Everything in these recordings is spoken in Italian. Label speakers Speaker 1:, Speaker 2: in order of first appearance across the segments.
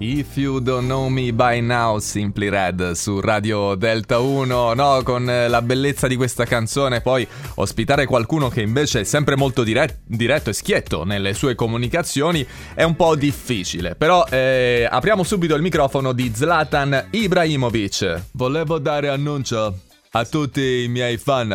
Speaker 1: If you don't know me by now, Simply Red su Radio Delta 1, no, con eh, la bellezza di questa canzone, poi ospitare qualcuno che invece è sempre molto dire- diretto e schietto nelle sue comunicazioni è un po' difficile, però eh, apriamo subito il microfono di Zlatan Ibrahimovic. Volevo dare annuncio a tutti i miei fan,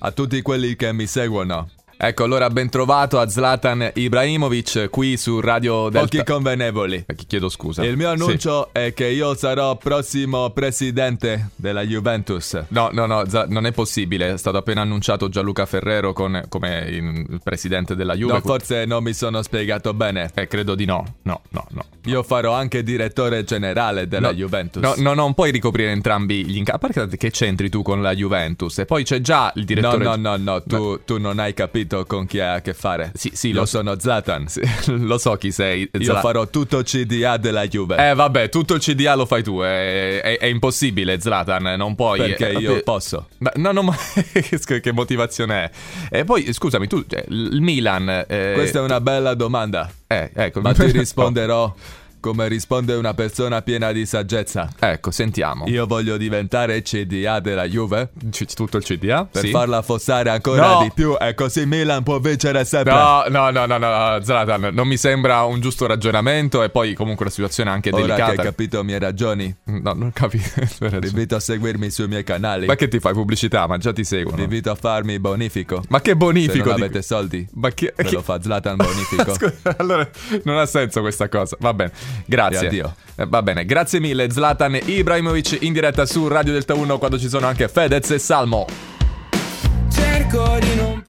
Speaker 1: a tutti quelli che mi seguono. Ecco, allora ben trovato a Zlatan Ibrahimovic qui su Radio Delta. Occhi convenevoli. Eh, Chiedo scusa. Il mio annuncio è che io sarò prossimo presidente della Juventus. No, no, no, Za- non è possibile. È stato appena annunciato Gianluca Ferrero con- come in- il presidente della Juventus. No, forse non mi sono spiegato bene. Eh, credo di no. No, no, no. Io farò anche direttore generale della Juventus. No, no, non puoi ricoprire entrambi gli incarichi. A parte che c'entri tu con la Juventus e poi c'è già il direttore... No, no, no, no, tu, tu non hai capito con chi ha a che fare. Sì, sì, lo sono Zlatan. lo so chi sei. Io farò tutto il CDA della Juventus. Eh, vabbè, tutto il CDA lo fai tu. È, è- è impossibile, Zlatan. Non puoi. Perché io posso. no, no, ma che che motivazione è? E poi, scusami, tu, cioè, il Milan... Questa è una bella domanda. Eh, ecco. Ma ti risponderò... Come risponde una persona piena di saggezza. Ecco, sentiamo. Io voglio diventare CDA della Juve. tutto il CDA? Per farla affossare ancora di più. E così Milan può vincere sempre. No, no, no, no, no, Zlatan. Non mi sembra un giusto ragionamento. E poi, comunque, la situazione è anche delicata. Ora hai capito le mie ragioni. No, non capito. Ti invito a seguirmi sui miei canali. Ma che ti fai pubblicità? Ma già ti seguono. Ti invito a farmi bonifico. Ma che bonifico? Se non avete soldi. Ma che. Ve lo fa Zlatan bonifico. Scusa, allora, non ha senso questa cosa. Va bene. Grazie. Eh, va bene, grazie mille Zlatan Ibrahimovic in diretta su Radio Delta 1 quando ci sono anche Fedez e Salmo.
Speaker 2: Cerco di non